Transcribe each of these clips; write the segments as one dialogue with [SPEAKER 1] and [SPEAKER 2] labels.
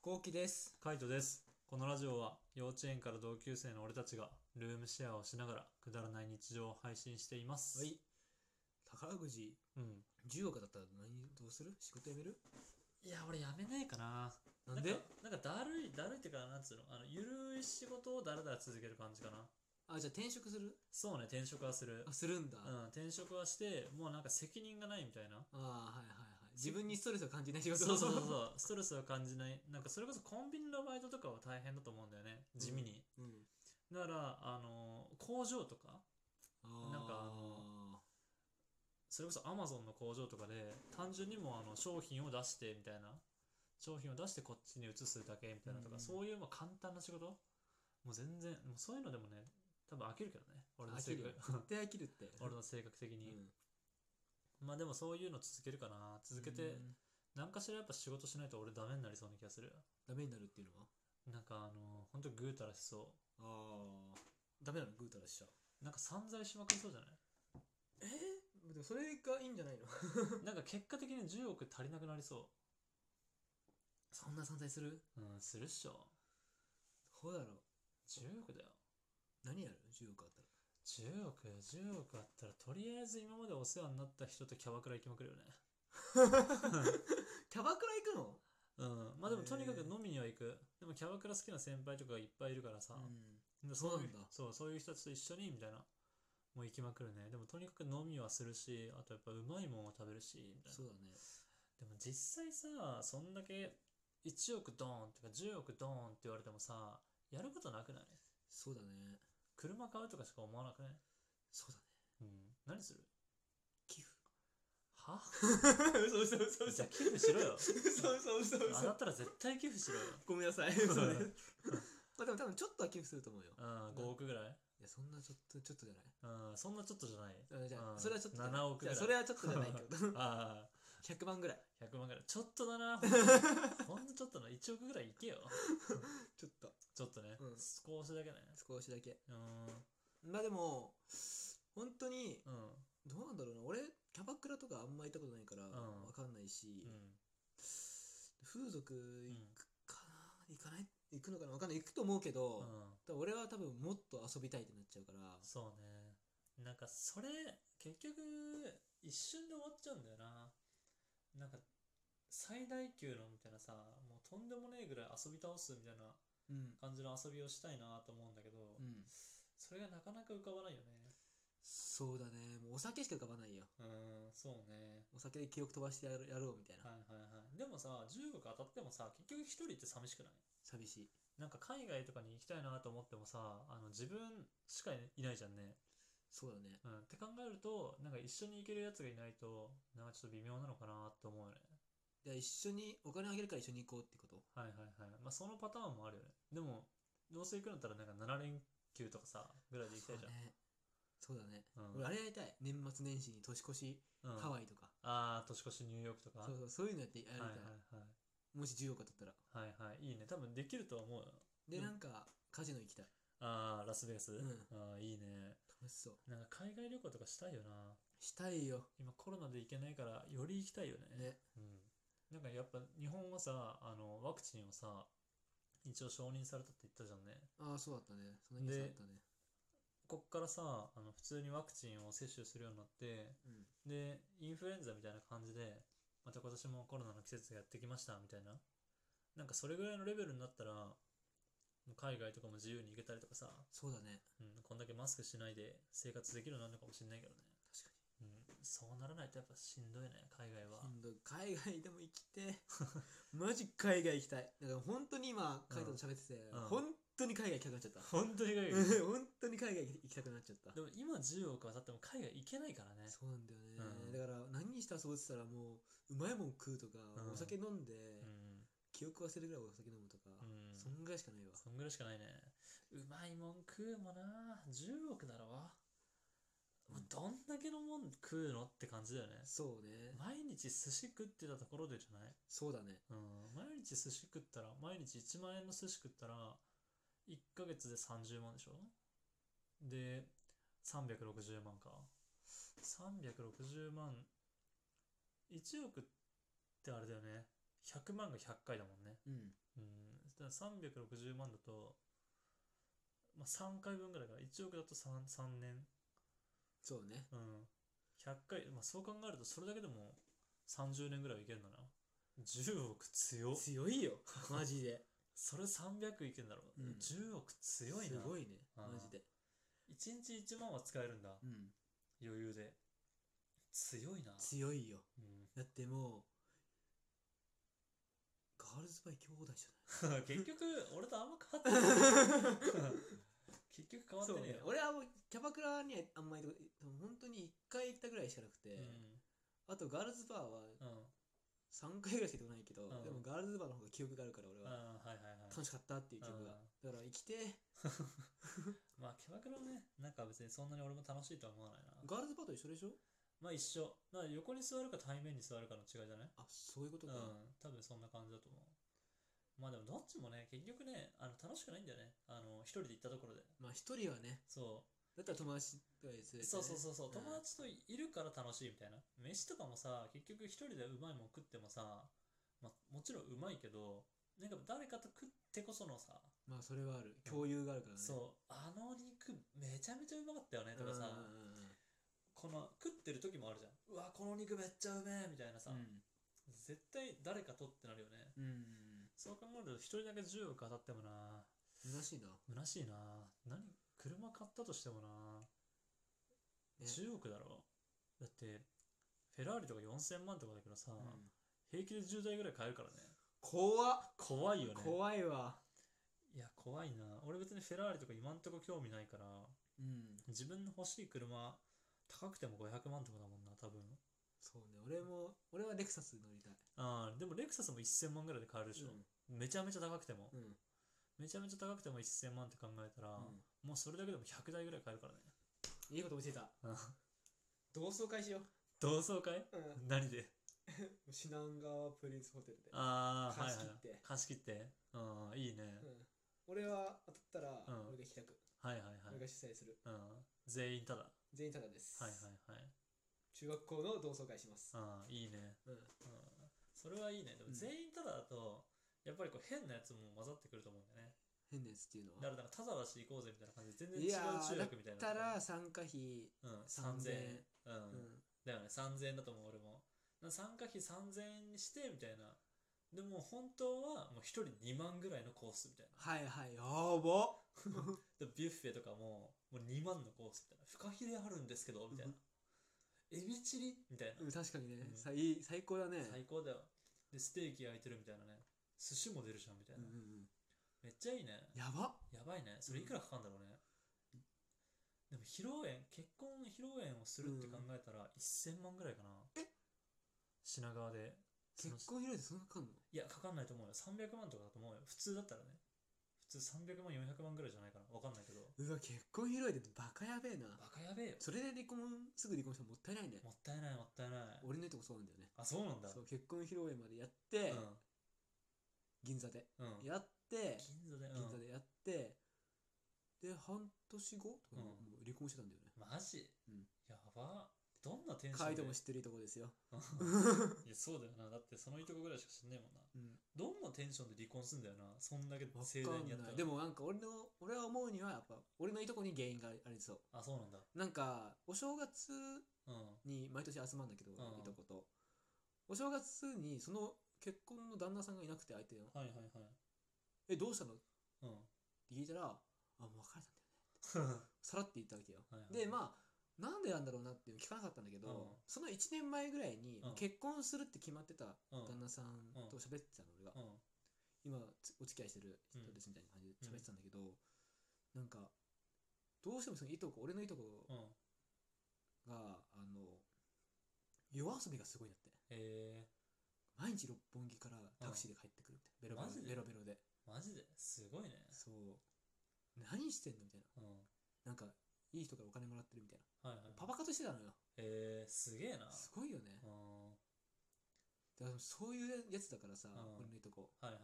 [SPEAKER 1] こうきです。
[SPEAKER 2] カイトです。このラジオは幼稚園から同級生の俺たちがルームシェアをしながらくだらない日常を配信しています。
[SPEAKER 1] はい。宝くじ
[SPEAKER 2] うん。
[SPEAKER 1] 10億だったら何どうする仕事辞める
[SPEAKER 2] いや、俺やめないかな。
[SPEAKER 1] なんで
[SPEAKER 2] かなんかだるい、だるいっていうか、なんつうの、あの、ゆるい仕事をだらだら続ける感じかな。
[SPEAKER 1] あ、じゃあ転職する
[SPEAKER 2] そうね、転職はする
[SPEAKER 1] あ、。するんだ。
[SPEAKER 2] う
[SPEAKER 1] あ
[SPEAKER 2] ん、転職はして、もうなんか責任がないみ たいな。
[SPEAKER 1] あー、はいはいはい。自分にストレスを感じない仕事
[SPEAKER 2] そうそうそう
[SPEAKER 1] う。
[SPEAKER 2] そう、ストレスを感じない。なんかそれこそコンビニのバイトとかは大変だと思うんだよね、地味に。
[SPEAKER 1] うん。
[SPEAKER 2] だから、あの、工場とか、
[SPEAKER 1] あー
[SPEAKER 2] なんかあのそれこそアマゾンの工場とかで単純にもうあの商品を出してみたいな商品を出してこっちに移すだけみたいなとか、
[SPEAKER 1] うん
[SPEAKER 2] そういうまあ簡単な仕事もう全然もうそういうのでもね多分飽きるけどね俺の性
[SPEAKER 1] 飽きる
[SPEAKER 2] 格
[SPEAKER 1] よ絶対飽きるって。
[SPEAKER 2] 俺の性格的
[SPEAKER 1] う
[SPEAKER 2] に、
[SPEAKER 1] ん
[SPEAKER 2] まあでもそういうの続けるかな続け
[SPEAKER 1] う
[SPEAKER 2] て
[SPEAKER 1] ん
[SPEAKER 2] 何かしらやっぱ仕事しないと俺ダメになりそうな気がする
[SPEAKER 1] ダメになるっていうのは
[SPEAKER 2] なんかあの本当ぐうたらしそ
[SPEAKER 1] ああ。ダメなのグータラしちゃう。
[SPEAKER 2] うなんか散財しまくりそうじゃない
[SPEAKER 1] えー、でもそれがいいんじゃないの
[SPEAKER 2] なんか結果的に10億足りなくなりそ
[SPEAKER 1] そんな存在する
[SPEAKER 2] ううんするっしょ
[SPEAKER 1] そうだろう。
[SPEAKER 2] 10億だよ
[SPEAKER 1] 何やる ?10 億あったら。
[SPEAKER 2] 10億10億あったらとりあえず今までお世話になった人とキャバクラ行きまくるよね
[SPEAKER 1] キャバクラ行くの
[SPEAKER 2] うんまあでも
[SPEAKER 1] へえ
[SPEAKER 2] とにかく飲みには行くでもキャバクラ好きな先輩とかがいっぱいいるからさ、
[SPEAKER 1] うん。
[SPEAKER 2] で
[SPEAKER 1] そうなんだ
[SPEAKER 2] いそうそういう人たちと一緒にみたいなもう行きまくるねでもとにかく飲みはするしあとやっぱうまいもんを食べるしみたい
[SPEAKER 1] そ
[SPEAKER 2] な
[SPEAKER 1] うだね。
[SPEAKER 2] でも実際さそんだけ1億ドーンとか10億ドーンって言われてもさやることなくない
[SPEAKER 1] そうだね。
[SPEAKER 2] 車買うとかしか思わなくない
[SPEAKER 1] そうだね。
[SPEAKER 2] うん何する
[SPEAKER 1] 寄付。
[SPEAKER 2] は
[SPEAKER 1] 嘘嘘嘘
[SPEAKER 2] じゃあ寄付しろよ
[SPEAKER 1] 嘘嘘嘘
[SPEAKER 2] あだったら絶対寄付しろよ。
[SPEAKER 1] ごめんなさい
[SPEAKER 2] 嘘
[SPEAKER 1] そうね
[SPEAKER 2] うん
[SPEAKER 1] まあでも多分ちょっとは寄付すると思うよ
[SPEAKER 2] うん、5億ぐらい
[SPEAKER 1] いやそんなちょっとちょっとじゃない
[SPEAKER 2] うん、そんなちょっとじゃない。
[SPEAKER 1] あじゃ
[SPEAKER 2] う
[SPEAKER 1] あ
[SPEAKER 2] ん
[SPEAKER 1] それはちょっとじゃない
[SPEAKER 2] 7億ぐらい
[SPEAKER 1] じゃあそれはちょっとじゃないけ ど
[SPEAKER 2] あ
[SPEAKER 1] 100万ぐらい
[SPEAKER 2] あ、100万ぐらい。ちょっとだな、ほんとにほんとちょっとな、1億ぐらいいけよ。
[SPEAKER 1] ちょっと
[SPEAKER 2] ちょっとね、
[SPEAKER 1] うん
[SPEAKER 2] 少しだけね。
[SPEAKER 1] 少しだけ
[SPEAKER 2] うーん、
[SPEAKER 1] まあでも本当に
[SPEAKER 2] うん、
[SPEAKER 1] どうなんだろうな俺キャバクラとかあんま行ったことないから
[SPEAKER 2] ん
[SPEAKER 1] わかんないし、
[SPEAKER 2] うん、
[SPEAKER 1] 風俗行くかな行かない行くのかなわかんない行くと思うけど、
[SPEAKER 2] うん
[SPEAKER 1] だか。ら俺は多分もっと遊びたいってなっちゃうから
[SPEAKER 2] そうね。なんか、それ、結局、一瞬で終わっちゃうんだよな。なんか、最大級のみたいなさ、もうとんでもねえぐらい遊び倒すみたいな
[SPEAKER 1] うん
[SPEAKER 2] 感じの遊びをしたいなと思うんだけど、
[SPEAKER 1] うん
[SPEAKER 2] それがなかなか浮かばないよね。
[SPEAKER 1] そうだねもうお酒しか浮かばないよ
[SPEAKER 2] うん、そうね。
[SPEAKER 1] お酒で記憶飛ばしてやるやろうみたいな、
[SPEAKER 2] はいはいはい。でもさ、10億当たってもさ、結局一人って寂しくない
[SPEAKER 1] 寂しい
[SPEAKER 2] なんか海外とかに行きたいなと思ってもさ、あの自分しかいないじゃんね。
[SPEAKER 1] そうだね
[SPEAKER 2] うん。って考えると、なんか一緒に行けるやつがいないと、なんかちょっと微妙なのかなと思うよね。
[SPEAKER 1] じゃあ一緒にお金あげるから一緒に行こうってこと
[SPEAKER 2] はいはいはい。まあそのパターンもあるよね。でも、どうせ行くんだったらなんか7連休とかさ、ぐらいで行きたいじゃん。
[SPEAKER 1] そうだねそうだね、俺
[SPEAKER 2] うん
[SPEAKER 1] あれやりたい年末年始に年越し、
[SPEAKER 2] うん、
[SPEAKER 1] ハワイとか
[SPEAKER 2] ああ、年越しニューヨークとか。
[SPEAKER 1] そうそうそういうのやってやりたい、
[SPEAKER 2] はいはい
[SPEAKER 1] もし10億当たったら
[SPEAKER 2] はい。はいはい。いいね。多分できるとは思うよ。
[SPEAKER 1] で、
[SPEAKER 2] うん
[SPEAKER 1] なんかカジノ行きたい
[SPEAKER 2] ああ、ラスベガ
[SPEAKER 1] ん
[SPEAKER 2] ス。ああ、いいね。
[SPEAKER 1] 楽しそう
[SPEAKER 2] なんか海外旅行とかしたいよな。
[SPEAKER 1] したいよ
[SPEAKER 2] 今コロナで行けないからより行きたいよね。
[SPEAKER 1] ね
[SPEAKER 2] うん、なんかやっぱ日本はさあのワクチンをさ一応承認されたって言ったじゃんね。
[SPEAKER 1] ああそうだったねそのニュースあったね
[SPEAKER 2] こっからさあの普通にワクチンを接種するようになって
[SPEAKER 1] うん
[SPEAKER 2] でインフルエンザみたいな感じでまた今年もコロナの季節がやってきましたみたいななんかそれぐらいのレベルになったらもう海外とかも自由に行けたりとかさ、
[SPEAKER 1] そうだね
[SPEAKER 2] うん、こんだけマスクしないで生活できるようになるのかもしれないけどね。
[SPEAKER 1] 確
[SPEAKER 2] うん、そうならないとやっぱしんどいね海外は
[SPEAKER 1] か。にしんどい海外でも行きて えマジ海外行きたいだから本当に今海外と喋ってて、
[SPEAKER 2] うん
[SPEAKER 1] 本当に海外行きたくなっちゃった
[SPEAKER 2] 本当に海外行きたい
[SPEAKER 1] 本当に海外行きたくなっちゃった
[SPEAKER 2] でも今10億当たっても海外行けないからね。
[SPEAKER 1] そうなんだよね、
[SPEAKER 2] うん
[SPEAKER 1] だから何にして遊ぼうって言ったらもううまいもん食うとか、
[SPEAKER 2] うん
[SPEAKER 1] お酒飲んで、
[SPEAKER 2] うん。
[SPEAKER 1] 記憶忘れるぐらいお酒飲むとか、
[SPEAKER 2] うん。
[SPEAKER 1] そんぐらいしかないわ
[SPEAKER 2] そんぐらいしかないね。うまいもん食うもな。10億だろ。もうどんだけのもん食うのって感じだよね。
[SPEAKER 1] そうね
[SPEAKER 2] 毎日寿司食ってたところでじゃない
[SPEAKER 1] そうだね
[SPEAKER 2] うん。毎日寿司食ったら、毎日1万円の寿司食ったら、1ヶ月で30万でしょで、360万か。360万。1億ってあれだよね。100万が100回だもんね。
[SPEAKER 1] うん
[SPEAKER 2] うんだから360万だと、まあ、3回分ぐらいかな1億だと 3, 3年
[SPEAKER 1] そうね
[SPEAKER 2] うん100回、まあ、そう考えるとそれだけでも30年ぐらいはいけるんだな10億強
[SPEAKER 1] 強いよマジで
[SPEAKER 2] それ300いけるんだろ、
[SPEAKER 1] うん
[SPEAKER 2] 10億強いな
[SPEAKER 1] すごいね
[SPEAKER 2] あー
[SPEAKER 1] マジで
[SPEAKER 2] 1日1万は使えるんだ
[SPEAKER 1] うん
[SPEAKER 2] 余裕で強いな
[SPEAKER 1] 強いよ
[SPEAKER 2] うん
[SPEAKER 1] だってもうガールズバイ兄弟じ
[SPEAKER 2] 結局俺とあんま変
[SPEAKER 1] ゃ
[SPEAKER 2] わってな
[SPEAKER 1] な
[SPEAKER 2] い
[SPEAKER 1] い
[SPEAKER 2] 結局変わっ て
[SPEAKER 1] そう
[SPEAKER 2] ねえ
[SPEAKER 1] ね
[SPEAKER 2] よ、
[SPEAKER 1] 俺はもうキャバクラにはあんまりと本当に1回行ったぐらいしかなくて、あとガールズバーは
[SPEAKER 2] うんうん
[SPEAKER 1] 3回ぐらいしか行ったことないけど、
[SPEAKER 2] ん
[SPEAKER 1] でもガールズバーの方が記憶があるから俺
[SPEAKER 2] あ
[SPEAKER 1] は
[SPEAKER 2] ーはいはいはい
[SPEAKER 1] 楽しかったっていう記憶が、だから生きて
[SPEAKER 2] まあキャバクラはねなんか別にそんなに俺も楽しいとは思わないな
[SPEAKER 1] ガールズバーと一緒でしょ
[SPEAKER 2] まあ一緒だから横に座るか対面に座るかの違いじゃない
[SPEAKER 1] あそういうこと
[SPEAKER 2] うん
[SPEAKER 1] か、
[SPEAKER 2] 多分そんな感じだと思うまあでもどっちもね結局ねあの楽しくないんだよねあの一人で行ったところで
[SPEAKER 1] まあ一人はね
[SPEAKER 2] そう
[SPEAKER 1] だったら友達とかに連れてね、
[SPEAKER 2] そうそうそうそう、
[SPEAKER 1] ん
[SPEAKER 2] 友達といるから楽しいみたいな飯とかもさ結局一人でうまいもん食ってもさ、まあ、もちろんうまいけどなんか誰かと食ってこそのさ、
[SPEAKER 1] まあそれはある共有があるからねう
[SPEAKER 2] そうあの肉めちゃめちゃうまかったよねとかさ、
[SPEAKER 1] んうんうん
[SPEAKER 2] この食ってる時もあるじゃんうわこの肉めっちゃうめえみたいなさ、絶対誰かとってなるよね
[SPEAKER 1] うん、
[SPEAKER 2] そう考えると一人だけ10億当たってもな
[SPEAKER 1] うん、虚しいな、
[SPEAKER 2] 虚しいな何車買ったとしてもな
[SPEAKER 1] ね
[SPEAKER 2] 10億だろだってフェラーリとか4000万とかだけどさ、
[SPEAKER 1] うん
[SPEAKER 2] 平気で10台ぐらい買えるからね
[SPEAKER 1] 怖っ
[SPEAKER 2] 怖いよね
[SPEAKER 1] 怖いわ
[SPEAKER 2] いや怖いな俺別にフェラーリとか今んとこ興味ないから
[SPEAKER 1] うん
[SPEAKER 2] 自分の欲しい車高くても500万とかだもんな多分
[SPEAKER 1] そうね俺も俺はレクサス乗りたい
[SPEAKER 2] ああでもレクサスも1000万ぐらいで買えるでしょ、めちゃめちゃ高くても、
[SPEAKER 1] うんうん
[SPEAKER 2] めちゃめちゃ高くても1000万って考えたら、もうそれだけでも100台ぐらい買えるからね
[SPEAKER 1] いいこと教えた
[SPEAKER 2] うん
[SPEAKER 1] 同窓会しよ
[SPEAKER 2] 同窓会
[SPEAKER 1] う、うん、
[SPEAKER 2] 何で
[SPEAKER 1] 品川プリンスホテルで、
[SPEAKER 2] ああ、はい
[SPEAKER 1] 貸
[SPEAKER 2] は
[SPEAKER 1] し
[SPEAKER 2] い
[SPEAKER 1] 切っ。て
[SPEAKER 2] 貸し切って。うん、いいね。
[SPEAKER 1] うん、俺は当たったら
[SPEAKER 2] うん
[SPEAKER 1] 俺が企画、
[SPEAKER 2] はいはい
[SPEAKER 1] 俺が
[SPEAKER 2] はい。
[SPEAKER 1] 主催する
[SPEAKER 2] うん、全員ただ。は
[SPEAKER 1] 全員タダです、
[SPEAKER 2] いはいはい。
[SPEAKER 1] 中学校の同窓会します、
[SPEAKER 2] ああ、いいね。
[SPEAKER 1] うん
[SPEAKER 2] うん、それはいいね。で
[SPEAKER 1] うん
[SPEAKER 2] も全員ただだと、やっぱりこう変なやつも混ざってくると思うんだよね。
[SPEAKER 1] 変なやつっていうのは
[SPEAKER 2] だからなんかただだし行こうぜみたいな感じで、全然
[SPEAKER 1] い
[SPEAKER 2] 違
[SPEAKER 1] やー
[SPEAKER 2] う中学みたいな。
[SPEAKER 1] たら、参加費、
[SPEAKER 2] うん、3000
[SPEAKER 1] 3000
[SPEAKER 2] 円。
[SPEAKER 1] うん
[SPEAKER 2] う。だよね、3000円だと思う、俺も。なんか参加費3000円にして、みたいな。でも本当はもう1人2万ぐらいのコースみたいな。
[SPEAKER 1] はいはいやば
[SPEAKER 2] でビュッフェとかももう2万のコースみたいなフカヒレあるんですけどみたいな
[SPEAKER 1] う
[SPEAKER 2] エビチリみたい
[SPEAKER 1] うん
[SPEAKER 2] な
[SPEAKER 1] 確かにね
[SPEAKER 2] うん
[SPEAKER 1] さいい最高だね
[SPEAKER 2] 最高だよでステーキ焼いてるみたいなね寿司も出るじゃんみたい
[SPEAKER 1] うん
[SPEAKER 2] な
[SPEAKER 1] うんうん
[SPEAKER 2] めっちゃいいね
[SPEAKER 1] やば
[SPEAKER 2] やばいねそれいくらかかるんだろうねでも披露宴結婚披露宴をするって考えたら1000万ぐらいかな
[SPEAKER 1] え
[SPEAKER 2] 品川でその
[SPEAKER 1] 結婚披露宴そんなかかんの
[SPEAKER 2] いやかかんないと思うよ300万とかだと思うよ普通だったらね普通300万400万ぐらいじゃないかなわかんないけど
[SPEAKER 1] うわ結婚披露宴ってバカやべえな
[SPEAKER 2] バカやべえよ
[SPEAKER 1] それで離婚すぐ離婚したらもったいないね
[SPEAKER 2] もったいないもったいない
[SPEAKER 1] 俺のいとこそうなんだよね
[SPEAKER 2] あそうなんだ
[SPEAKER 1] そう結婚披露宴までやって、
[SPEAKER 2] う
[SPEAKER 1] 銀座で
[SPEAKER 2] んうん、
[SPEAKER 1] やって
[SPEAKER 2] 銀座で、うん
[SPEAKER 1] 銀座でやって、で半年後とかにも
[SPEAKER 2] うん
[SPEAKER 1] う離婚してたんだよね
[SPEAKER 2] マジ、
[SPEAKER 1] うん
[SPEAKER 2] やばどんなテンシ
[SPEAKER 1] カ
[SPEAKER 2] ョン
[SPEAKER 1] イトも知ってるいとこですよ、
[SPEAKER 2] いやそうだよなだってそのいとこぐらいしか知んねえもんな
[SPEAKER 1] うん、
[SPEAKER 2] どんなテンションで離婚すんだよなそんだけ
[SPEAKER 1] わ
[SPEAKER 2] 盛大にや
[SPEAKER 1] かんな
[SPEAKER 2] ったら
[SPEAKER 1] いでもなんか俺の俺は思うにはやっぱ俺のいとこに原因がありそ
[SPEAKER 2] あそうなんだ
[SPEAKER 1] うなんかお正月
[SPEAKER 2] うん
[SPEAKER 1] に毎年集まるんだけど、
[SPEAKER 2] んうん
[SPEAKER 1] いとことお正月にその結婚の旦那さんがいなくて相手の
[SPEAKER 2] はいはいはい
[SPEAKER 1] 「えどうしたの?」って
[SPEAKER 2] うん
[SPEAKER 1] 聞いたら「あもう別れたんだよね」さらって言ったわけよ
[SPEAKER 2] はいはい
[SPEAKER 1] でまあなんでなんだろうなっていうの聞かなかったんだけど、
[SPEAKER 2] うん
[SPEAKER 1] その1年前ぐらいに
[SPEAKER 2] うん
[SPEAKER 1] 結婚するって決まってた
[SPEAKER 2] うん
[SPEAKER 1] 旦那さんと喋ってたの俺が、
[SPEAKER 2] うん
[SPEAKER 1] 今つお付き合いしてる人ですみたいな感じで喋ってたんだけど、なんかどうしてもそのいとこ俺のいとこ
[SPEAKER 2] うん
[SPEAKER 1] が、あの夜遊びがすごいんだって
[SPEAKER 2] え
[SPEAKER 1] 毎日六本木からタクシーで帰ってくるみたいな、
[SPEAKER 2] マジで
[SPEAKER 1] ベロベロベロベロで
[SPEAKER 2] ー、マジですごいね
[SPEAKER 1] そう何してんのみたい
[SPEAKER 2] うん
[SPEAKER 1] ななんかいい人からお金もらってるみたいな
[SPEAKER 2] はいはい
[SPEAKER 1] パパ活してたのよ
[SPEAKER 2] えー、すげえな
[SPEAKER 1] すごいよね
[SPEAKER 2] うんは
[SPEAKER 1] だからそういうやつだからさ、
[SPEAKER 2] うん
[SPEAKER 1] 俺のいとこ
[SPEAKER 2] いはいはい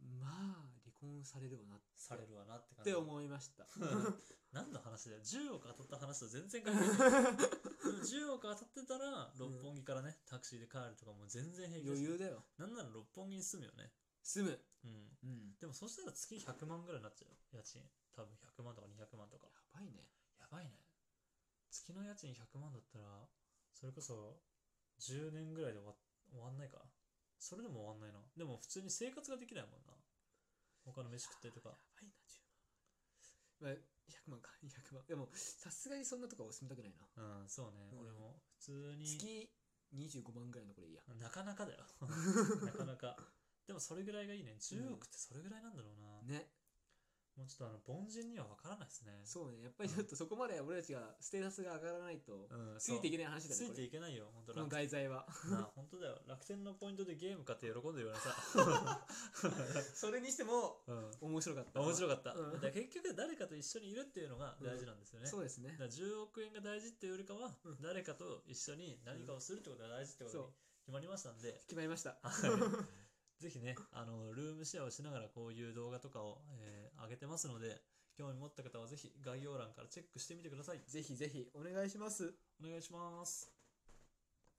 [SPEAKER 1] まあ離婚されるわなっ
[SPEAKER 2] されるわなって感
[SPEAKER 1] て
[SPEAKER 2] じ
[SPEAKER 1] 思いま した
[SPEAKER 2] 何の話だよ10億当たった話と全然関 係ないでも10億当たってたら六本木からねタクシーで帰るとかも全然平気だ
[SPEAKER 1] 余
[SPEAKER 2] し
[SPEAKER 1] 裕だよ
[SPEAKER 2] なんなら六本木に住むよね
[SPEAKER 1] 住む
[SPEAKER 2] うん。
[SPEAKER 1] うん。
[SPEAKER 2] でもそしたら月100万ぐらいになっちゃうよ。家賃。多分100万とか200万とか
[SPEAKER 1] や。ばいね。
[SPEAKER 2] やばいね。月の家賃100万だったら、それこそ10年ぐらいで終わ終わんないか。それでも終わんないな。でも普通に生活ができないもんな。他の飯食ったりとか
[SPEAKER 1] や。ばいな、10万。まあ、100万か、200万。でも、さすがにそんなとこは住みたくないな。
[SPEAKER 2] うん、そうね。
[SPEAKER 1] うん
[SPEAKER 2] 俺も普通に。
[SPEAKER 1] 月25万ぐらいのこれいいや。
[SPEAKER 2] なかなかだよ。 なかなか。でもそれぐらいがいいね。10億ってそれぐらいなんだろうな。
[SPEAKER 1] ね、
[SPEAKER 2] もうちょっとあの凡人には分からないですね。
[SPEAKER 1] そうね。やっぱりちょっとそこまで俺たちがステータスが上がらないと、
[SPEAKER 2] うん、
[SPEAKER 1] ついてい
[SPEAKER 2] け
[SPEAKER 1] けない話だ
[SPEAKER 2] つ
[SPEAKER 1] ね。
[SPEAKER 2] い
[SPEAKER 1] こ
[SPEAKER 2] て
[SPEAKER 1] れ
[SPEAKER 2] いけないよ。本当
[SPEAKER 1] この
[SPEAKER 2] 楽
[SPEAKER 1] 外在 は。
[SPEAKER 2] なあ本当だよ。楽天のポイントでゲーム買って喜んでるよ なさ。
[SPEAKER 1] それにしても、
[SPEAKER 2] うん。
[SPEAKER 1] 面白かった。
[SPEAKER 2] 面白かった。
[SPEAKER 1] うん
[SPEAKER 2] だから結局誰かと一緒にいるっていうのが大事なんですよね。
[SPEAKER 1] そうですね
[SPEAKER 2] だか。ら10億円が大事っていうよりかは、
[SPEAKER 1] うん
[SPEAKER 2] 誰かと一緒に何かをするってことが大事ってことに
[SPEAKER 1] そう
[SPEAKER 2] 決まりまし たんで、
[SPEAKER 1] 決まりました。
[SPEAKER 2] はい、ぜひねあのルームシェアをしながらこういう動画とかを、えー上げてますので興味持った方はぜひ概要欄からチェックしてみてください
[SPEAKER 1] ぜひぜひお願いします。
[SPEAKER 2] お願いします